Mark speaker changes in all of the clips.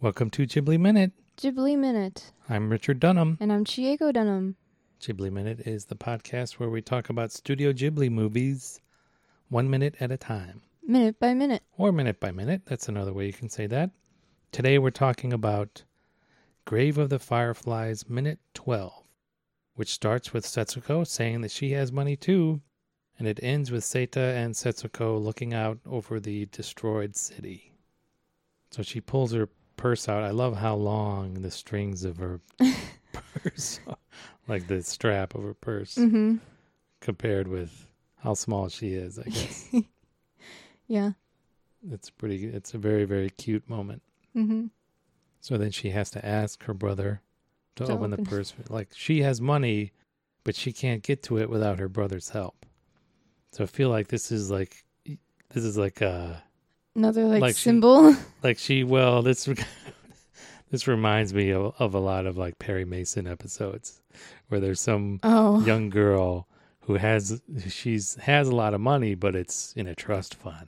Speaker 1: Welcome to Ghibli Minute.
Speaker 2: Ghibli Minute,
Speaker 1: I'm Richard Dunham.
Speaker 2: and I'm Chieko Dunham.
Speaker 1: Ghibli Minute is the podcast where we talk about Studio Ghibli movies one minute at a time,
Speaker 2: Minute by minute,
Speaker 1: or minute by minute. That's another way you can say that. Today we're talking about Grave of the Fireflies, Minute 12, which starts with Setsuko saying that she has money too, and it ends with Seta and Setsuko looking out over the destroyed city. So she pulls her purse out. I love how long the strings of her purse, are, like the strap of her purse,
Speaker 2: Mm-hmm.
Speaker 1: compared with how small she is, I guess.
Speaker 2: Yeah.
Speaker 1: it's pretty, it's a very, very cute moment.
Speaker 2: Mm-hmm.
Speaker 1: So then she has to ask her brother to,
Speaker 2: To
Speaker 1: open, the
Speaker 2: open it.
Speaker 1: purse. Like she has money, but she can't get to it without her brother's help. So I feel like this is like this is like uh
Speaker 2: Another like,
Speaker 1: Like she-
Speaker 2: symbol.
Speaker 1: like she well this this reminds me of, of a lot of like Perry Mason episodes where there's some
Speaker 2: oh.
Speaker 1: young girl who has she's has a lot of money but it's in a trust fund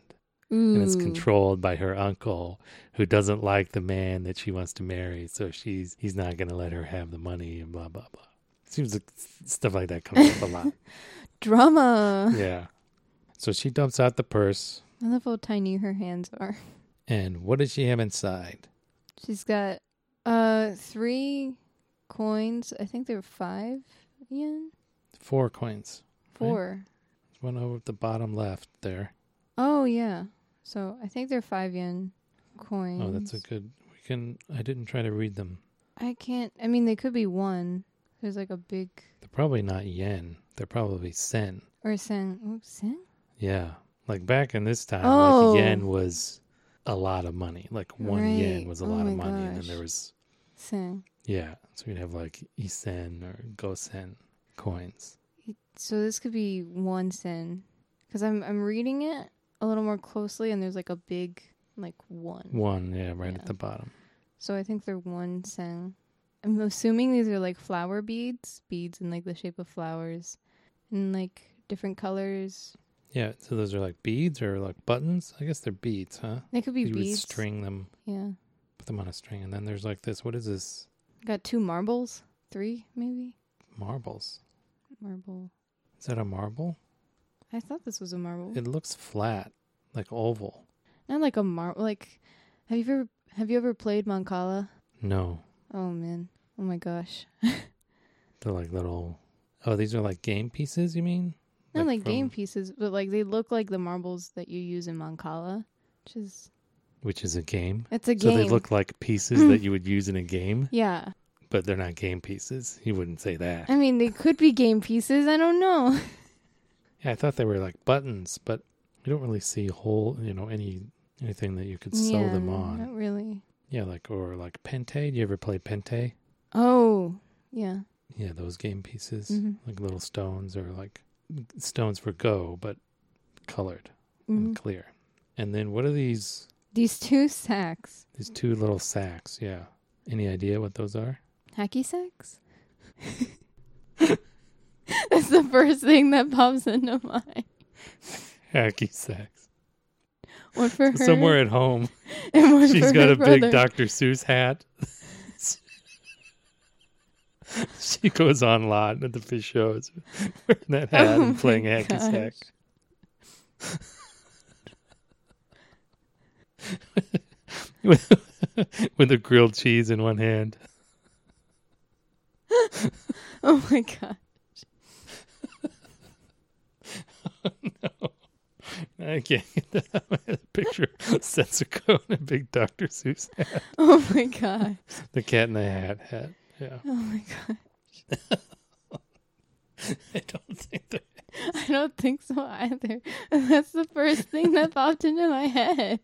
Speaker 1: and it's
Speaker 2: Ooh.
Speaker 1: controlled by her uncle who doesn't like the man that she wants to marry so she's he's not going to let her have the money and blah blah blah seems like stuff like that comes up a lot
Speaker 2: Drama.
Speaker 1: yeah so she dumps out the purse
Speaker 2: I love how tiny her hands are.
Speaker 1: and what does she have inside
Speaker 2: She's got uh three coins. I think they're five yen.
Speaker 1: four coins
Speaker 2: Four.
Speaker 1: one over at the bottom left there
Speaker 2: Oh yeah. So I think they're five yen coins.
Speaker 1: oh that's a good we can i didn't try to read them
Speaker 2: I can't. I mean, they could be one. There's like a big
Speaker 1: they're probably not yen they're probably sen
Speaker 2: or sen. Oh, sen.
Speaker 1: Yeah. Like back in this time,
Speaker 2: Oh.
Speaker 1: like yen was a lot of money. Like one yen
Speaker 2: Right.
Speaker 1: was a
Speaker 2: Oh
Speaker 1: lot of
Speaker 2: my
Speaker 1: money. And then
Speaker 2: gosh.
Speaker 1: there was,
Speaker 2: Sen.
Speaker 1: yeah. So you'd have like isen or gosen coins.
Speaker 2: So this could be one sin, because I'm I'm reading it a little more closely, and there's like a big like one.
Speaker 1: One, yeah, right
Speaker 2: Yeah.
Speaker 1: at the bottom.
Speaker 2: So I think they're one sin. I'm assuming these are like flower beads, beads in like the shape of flowers, and like different colors.
Speaker 1: Yeah. So those are like beads or like buttons. I guess they're beads, huh?
Speaker 2: They could be
Speaker 1: you would
Speaker 2: beads.
Speaker 1: string them,
Speaker 2: Yeah,
Speaker 1: put them on a string. And then there's like this, what is this?
Speaker 2: got two marbles, three maybe
Speaker 1: Marbles.
Speaker 2: marble.
Speaker 1: Is that a marble?
Speaker 2: I thought this was a marble,
Speaker 1: It looks flat, like oval.
Speaker 2: not like a mar. Like, have you ever have you ever played Moncala?
Speaker 1: No.
Speaker 2: Oh man, oh my gosh.
Speaker 1: They're like little, oh, these are like game pieces, you mean?
Speaker 2: Not like, game
Speaker 1: from-
Speaker 2: pieces, but like they look like the marbles that you use in Moncala, which is
Speaker 1: Which is a game.
Speaker 2: it's a
Speaker 1: So
Speaker 2: game. Mm.
Speaker 1: they look like pieces that you would use in a game,
Speaker 2: yeah,
Speaker 1: but they're not game pieces. You wouldn't say that.
Speaker 2: I mean they could be game pieces. I don't know.
Speaker 1: Yeah, I thought they were like buttons, but you don't really see whole, you know, any anything that you could sew
Speaker 2: Yeah,
Speaker 1: them
Speaker 2: no,
Speaker 1: on.
Speaker 2: Not really.
Speaker 1: Yeah, like or like pente. Do you ever play pente?
Speaker 2: Oh yeah,
Speaker 1: Yeah, those game pieces,
Speaker 2: Mhm.
Speaker 1: like little stones or like stones for go, but colored
Speaker 2: Mhm.
Speaker 1: and clear. And then what are these?
Speaker 2: these two sacks,
Speaker 1: These two little sacks. Yeah. Any idea what those are?
Speaker 2: hacky sacks. That's the first thing that pops into mind.
Speaker 1: Hacky sacks.
Speaker 2: One for her,
Speaker 1: Somewhere at home.
Speaker 2: and one
Speaker 1: She's
Speaker 2: for
Speaker 1: got
Speaker 2: her
Speaker 1: a big
Speaker 2: brother.
Speaker 1: Dr. Seuss hat. she goes on a lot at the fish shows wearing that hat
Speaker 2: Oh
Speaker 1: and playing
Speaker 2: my
Speaker 1: hacky sack.
Speaker 2: gosh.
Speaker 1: With a grilled cheese in one hand.
Speaker 2: Oh my god.
Speaker 1: I can't get that out of my head. picture. of Setsuko and a big Dr. Seuss hat.
Speaker 2: Oh my god.
Speaker 1: The cat in the hat hat. Yeah.
Speaker 2: Oh my god.
Speaker 1: I don't think that
Speaker 2: I don't think so either. That's the first thing that popped into my head.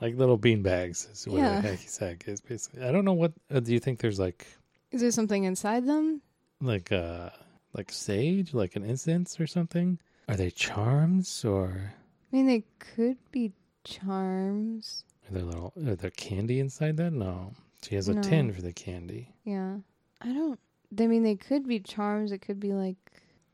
Speaker 1: like little bean bags is what
Speaker 2: Yeah.
Speaker 1: a hacky sack is basically. I don't know what uh, do you think there's like
Speaker 2: Is there something inside them?
Speaker 1: like uh like sage, like an incense or something? Are they charms or
Speaker 2: I mean, they could be charms.
Speaker 1: Are there little are there candy inside that? No. She has a
Speaker 2: No.
Speaker 1: tin for the candy.
Speaker 2: Yeah. I don't. I mean, they could be charms. It could be like.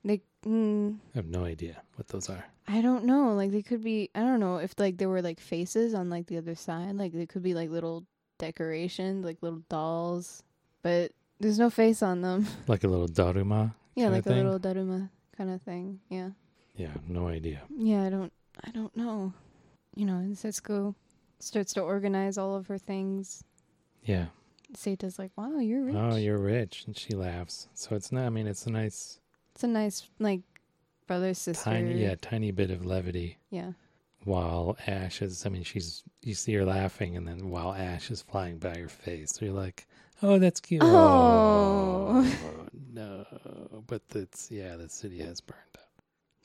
Speaker 2: They. Mm,
Speaker 1: I have no idea what those are.
Speaker 2: I don't know. Like, they could be. I don't know if, like, there were, like, faces on, like, the other side. Like, they could be, like, little decorations, like little dolls, but there's no face on them.
Speaker 1: Like a little daruma.
Speaker 2: yeah,
Speaker 1: Kinda
Speaker 2: like
Speaker 1: thing?
Speaker 2: a little daruma kind of thing. Yeah.
Speaker 1: Yeah, no idea.
Speaker 2: Yeah, I don't I don't know. You know, and Setsuko starts to organize all of her things.
Speaker 1: Yeah.
Speaker 2: Seita's like, Wow, you're rich.
Speaker 1: Oh, you're rich, and she laughs. So it's not. I mean, it's a nice
Speaker 2: it's a nice like brother sister.
Speaker 1: tiny, yeah, tiny bit of levity.
Speaker 2: Yeah.
Speaker 1: While Ash is, I mean, she's you see her laughing, and then while Ash is flying by her face, so you're like, oh, that's cute.
Speaker 2: Oh.
Speaker 1: Oh, no, but that's yeah, the city has burned up.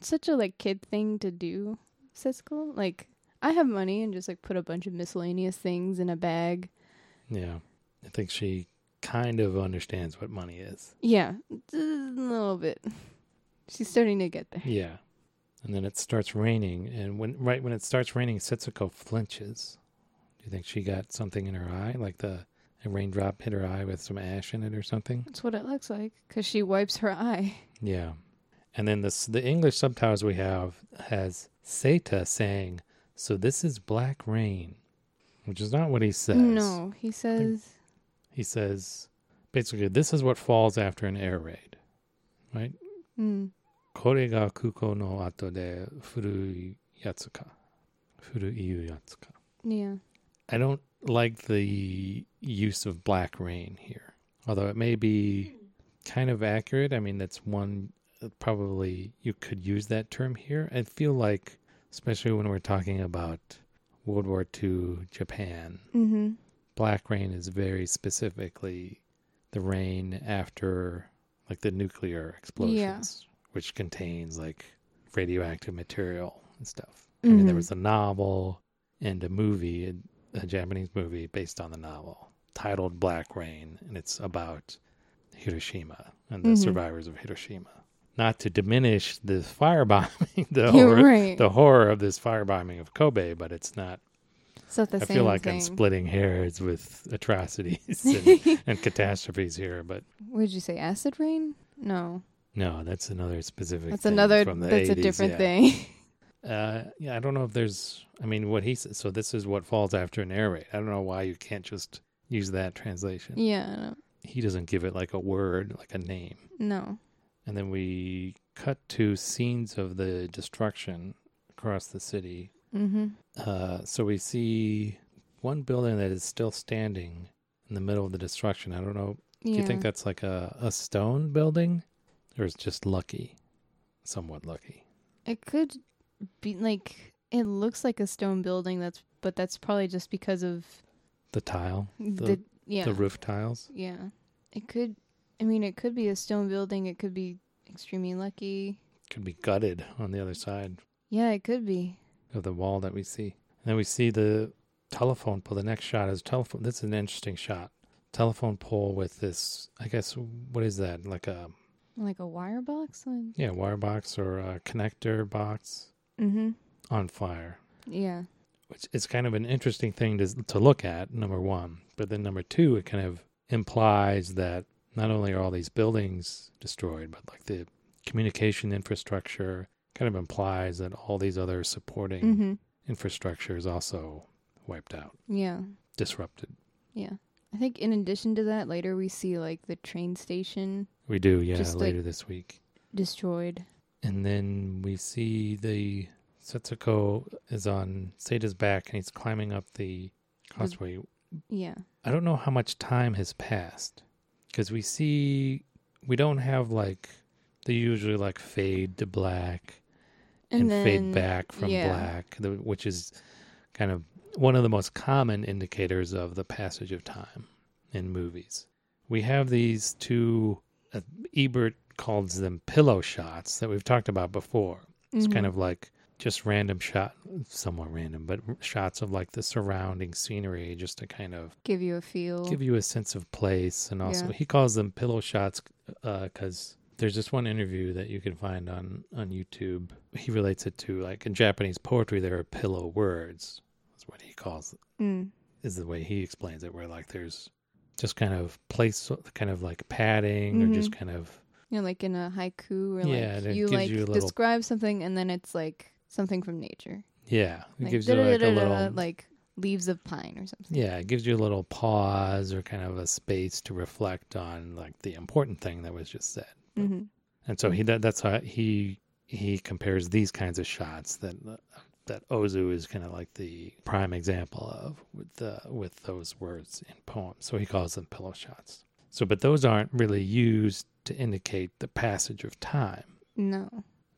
Speaker 2: such a like kid thing to do, Siskel. Like I have money and just like put a bunch of miscellaneous things in a bag.
Speaker 1: Yeah, I think she kind of understands what money is.
Speaker 2: Yeah, a little bit. She's starting to get there.
Speaker 1: Yeah, and then it starts raining, and when right when it starts raining, Setsuko flinches. Do you think she got something in her eye, like the a raindrop hit her eye with some ash in it or something?
Speaker 2: That's what it looks like because she wipes her eye.
Speaker 1: Yeah, and then this the English subtitles we have has Seta saying, "So this is black rain," which is not what he says.
Speaker 2: No, he says
Speaker 1: he says basically this is what falls after an air raid, right?
Speaker 2: mm,
Speaker 1: これが空港の後で古いやつか。古いやつか。
Speaker 2: yeah,
Speaker 1: I don't like the use of black rain here, although it may be kind of accurate. I mean, that's one uh, probably you could use that term here. I feel like, especially when we're talking about World War II Japan,
Speaker 2: mm-hmm.
Speaker 1: black rain is very specifically the rain after like the nuclear explosions which contains like radioactive material and stuff i mean there
Speaker 2: Mhm.
Speaker 1: was a novel and a movie a, a japanese movie based on the novel titled black rain and it's about hiroshima and the
Speaker 2: Mhm.
Speaker 1: survivors of hiroshima not to diminish the firebombing the,
Speaker 2: You're
Speaker 1: horror,
Speaker 2: right.
Speaker 1: the horror of this firebombing of kobe but it's not
Speaker 2: It's not the
Speaker 1: I
Speaker 2: same
Speaker 1: feel like
Speaker 2: thing.
Speaker 1: I'm splitting hairs with atrocities and, and catastrophes here, but
Speaker 2: Would you say acid rain? No,
Speaker 1: no, that's another specific.
Speaker 2: that's
Speaker 1: thing
Speaker 2: another.
Speaker 1: From the
Speaker 2: That's
Speaker 1: 80s,
Speaker 2: a different
Speaker 1: yeah.
Speaker 2: thing.
Speaker 1: Uh, yeah, I don't know if there's. I mean, what he says. So this is what falls after an air raid. I don't know why you can't just use that translation.
Speaker 2: yeah, no.
Speaker 1: He doesn't give it like a word, like a name.
Speaker 2: no.
Speaker 1: And then we cut to scenes of the destruction across the city.
Speaker 2: Mm-hmm.
Speaker 1: Uh, so we see one building that is still standing in the middle of the destruction. I don't know
Speaker 2: Yeah.
Speaker 1: Do you think that's like a, a stone building or it's just lucky? Somewhat lucky.
Speaker 2: It could be like it looks like a stone building. That's but that's probably just because of
Speaker 1: The tile,
Speaker 2: the, yeah
Speaker 1: the roof tiles.
Speaker 2: yeah. It could. I mean, it could be a stone building. It could be extremely lucky.
Speaker 1: Could be gutted on the other side
Speaker 2: Yeah, it could be.
Speaker 1: of the wall that we see. And then we see the telephone pole. The next shot is telephone. This is an interesting shot. Telephone pole with this, I guess, what is that? Like a,
Speaker 2: Like a wire box. One.
Speaker 1: yeah, wire box or a connector box
Speaker 2: Mm-hmm.
Speaker 1: on fire.
Speaker 2: Yeah.
Speaker 1: which is kind of an interesting thing to to look at number 1 but then number 2 it kind of implies that not only are all these buildings destroyed but like the communication infrastructure kind of implies that all these other supporting
Speaker 2: Mm-hmm.
Speaker 1: infrastructure is also wiped out
Speaker 2: Yeah.
Speaker 1: disrupted
Speaker 2: Yeah. I think in addition to that, later we see like the train station
Speaker 1: we do yeah
Speaker 2: Just like-
Speaker 1: later this week
Speaker 2: destroyed.
Speaker 1: and then we see the Setsuko is on Sada's back and he's climbing up the causeway
Speaker 2: Yeah.
Speaker 1: I don't know how much time has passed because we see we don't have like they usually like fade to black and, fade back from
Speaker 2: yeah.
Speaker 1: black, the- which is kind of one of the most common indicators of the passage of time in movies. We have these two, uh, Ebert calls them pillow shots that we've talked about before. It's kind
Speaker 2: Mhm.
Speaker 1: of like just random shot, somewhat random, but shots of like the surrounding scenery just to kind of
Speaker 2: give you a feel.
Speaker 1: give you a sense of place and also he calls them pillow shots because there's this one interview that you can find on on youtube he relates it to like in japanese poetry there are pillow words that's what he calls
Speaker 2: mm.
Speaker 1: is the way he explains it where like there's just kind of place kind of like padding or just
Speaker 2: Mm-hmm.
Speaker 1: kind of
Speaker 2: You know, like in a haiku or
Speaker 1: Yeah, and it
Speaker 2: like you
Speaker 1: gives
Speaker 2: like
Speaker 1: you a little-
Speaker 2: describe something and then it's like something from nature.
Speaker 1: yeah it
Speaker 2: Like,
Speaker 1: gives you like a
Speaker 2: da-da-da-da-da,
Speaker 1: little
Speaker 2: like leaves of pine or something.
Speaker 1: Yeah, it gives you a little pause or kind of a space to reflect on like the important thing that was just said.
Speaker 2: hmm
Speaker 1: And so he that, that's how he he compares these kinds of shots that that Ozu is kind of like the prime example of with the with those words in poems. So he calls them pillow shots. So but those aren't really used to indicate the passage of time.
Speaker 2: No,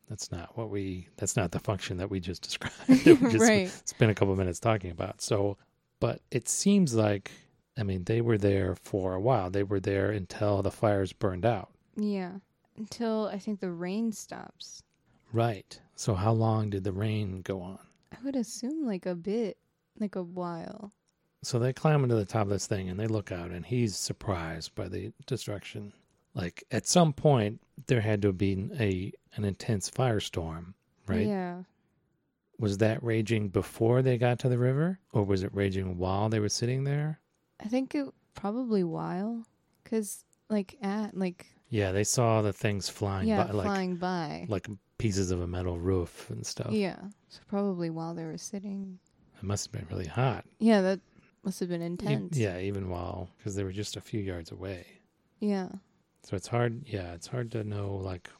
Speaker 1: That's not what we that's not the function that we just described. that we just
Speaker 2: right?
Speaker 1: spent a couple of minutes talking about. So, but it seems like, I mean, they were there for a while. They were there until the fires burned out.
Speaker 2: Yeah, until I think the rain stops.
Speaker 1: Right. So, how long did the rain go on?
Speaker 2: I would assume like a bit, like a while.
Speaker 1: So they climb into the top of this thing and they look out, and he's surprised by the destruction. Like at some point, there had to have been a an intense firestorm, right?
Speaker 2: Yeah,
Speaker 1: Was that raging before they got to the river, or was it raging while they were sitting there?
Speaker 2: I think it probably while, cause like at like
Speaker 1: Yeah, they saw the things flying
Speaker 2: yeah
Speaker 1: by, like
Speaker 2: flying by.
Speaker 1: like uh, pieces of a metal roof and stuff.
Speaker 2: Yeah, so probably while they were sitting.
Speaker 1: It must have been really hot.
Speaker 2: Yeah, that must have been
Speaker 1: E-
Speaker 2: intense.
Speaker 1: yeah, even while because they were just a few yards away.
Speaker 2: yeah,
Speaker 1: So it's hard. Yeah, it's hard to know like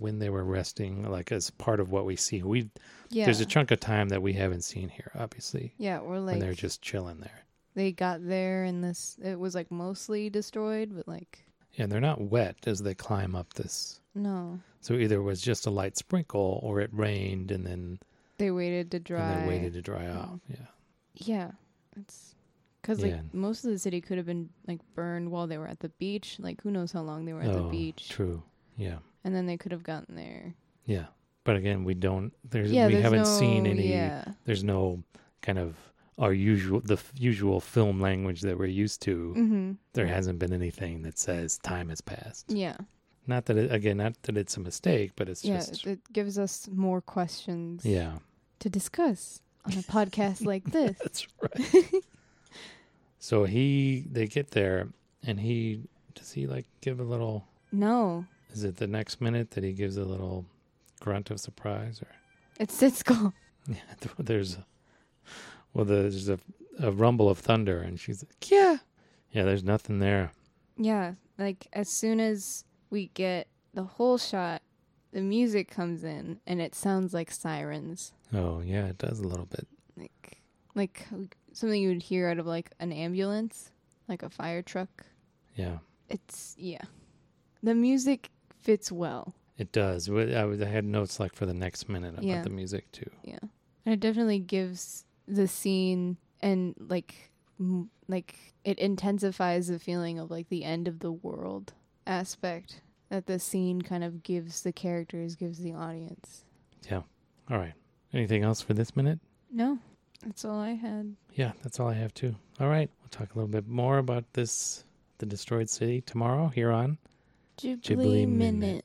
Speaker 1: when they were resting. Like as part of what we see, we
Speaker 2: yeah.
Speaker 1: there's a chunk of time that we haven't seen here. Obviously,
Speaker 2: yeah, or
Speaker 1: when
Speaker 2: like
Speaker 1: they're just chilling there.
Speaker 2: they got there and this it was like mostly destroyed, but like
Speaker 1: Yeah, and they're not wet as they climb up this.
Speaker 2: no,
Speaker 1: So either it was just a light sprinkle, or it rained and then
Speaker 2: they waited to
Speaker 1: and
Speaker 2: dry. Mm.
Speaker 1: they waited to dry out. Yeah.
Speaker 2: Yeah, it's because
Speaker 1: Yeah.
Speaker 2: like most of the city could have been like burned while they were at the beach. Like who knows how long they were at the beach,
Speaker 1: Oh, True. Yeah.
Speaker 2: and then they could have gotten there.
Speaker 1: Yeah. But again, we don't. There's
Speaker 2: yeah,
Speaker 1: we
Speaker 2: there's
Speaker 1: haven't
Speaker 2: no-
Speaker 1: seen any.
Speaker 2: Yeah,
Speaker 1: there's no kind of our usual the f- usual film language that we're used to
Speaker 2: mm-hmm.
Speaker 1: there hasn't been anything that says time has passed
Speaker 2: yeah,
Speaker 1: not that it, again not that it's a mistake but it's
Speaker 2: yeah.
Speaker 1: just
Speaker 2: it gives us more questions.
Speaker 1: yeah
Speaker 2: to discuss on a podcast like this.
Speaker 1: that's right so he they get there and he does he like give a little
Speaker 2: No,
Speaker 1: is it the next minute that he gives a little grunt of surprise or
Speaker 2: it's Sitsko.
Speaker 1: yeah there's a, well there's a, a rumble of thunder and she's like yeah yeah there's nothing there
Speaker 2: Yeah, like as soon as we get the whole shot, the music comes in and it sounds like sirens,
Speaker 1: oh yeah it does a little bit
Speaker 2: like like something you would hear out of like an ambulance, like a fire truck.
Speaker 1: yeah
Speaker 2: It's yeah, the music fits well.
Speaker 1: It does. Wh- I, was- I had notes like for the next minute about
Speaker 2: Yeah.
Speaker 1: the music too.
Speaker 2: And it definitely gives the scene and like m- like it intensifies the feeling of like the end of the world aspect that the scene kind of gives the characters, gives the audience.
Speaker 1: All right. Anything else for this minute?
Speaker 2: No, that's all I had.
Speaker 1: Yeah, that's all I have too. All right. We'll talk a little bit more about this, the destroyed city, tomorrow here on
Speaker 2: Ghibli,
Speaker 1: Ghibli Minute.
Speaker 2: minute.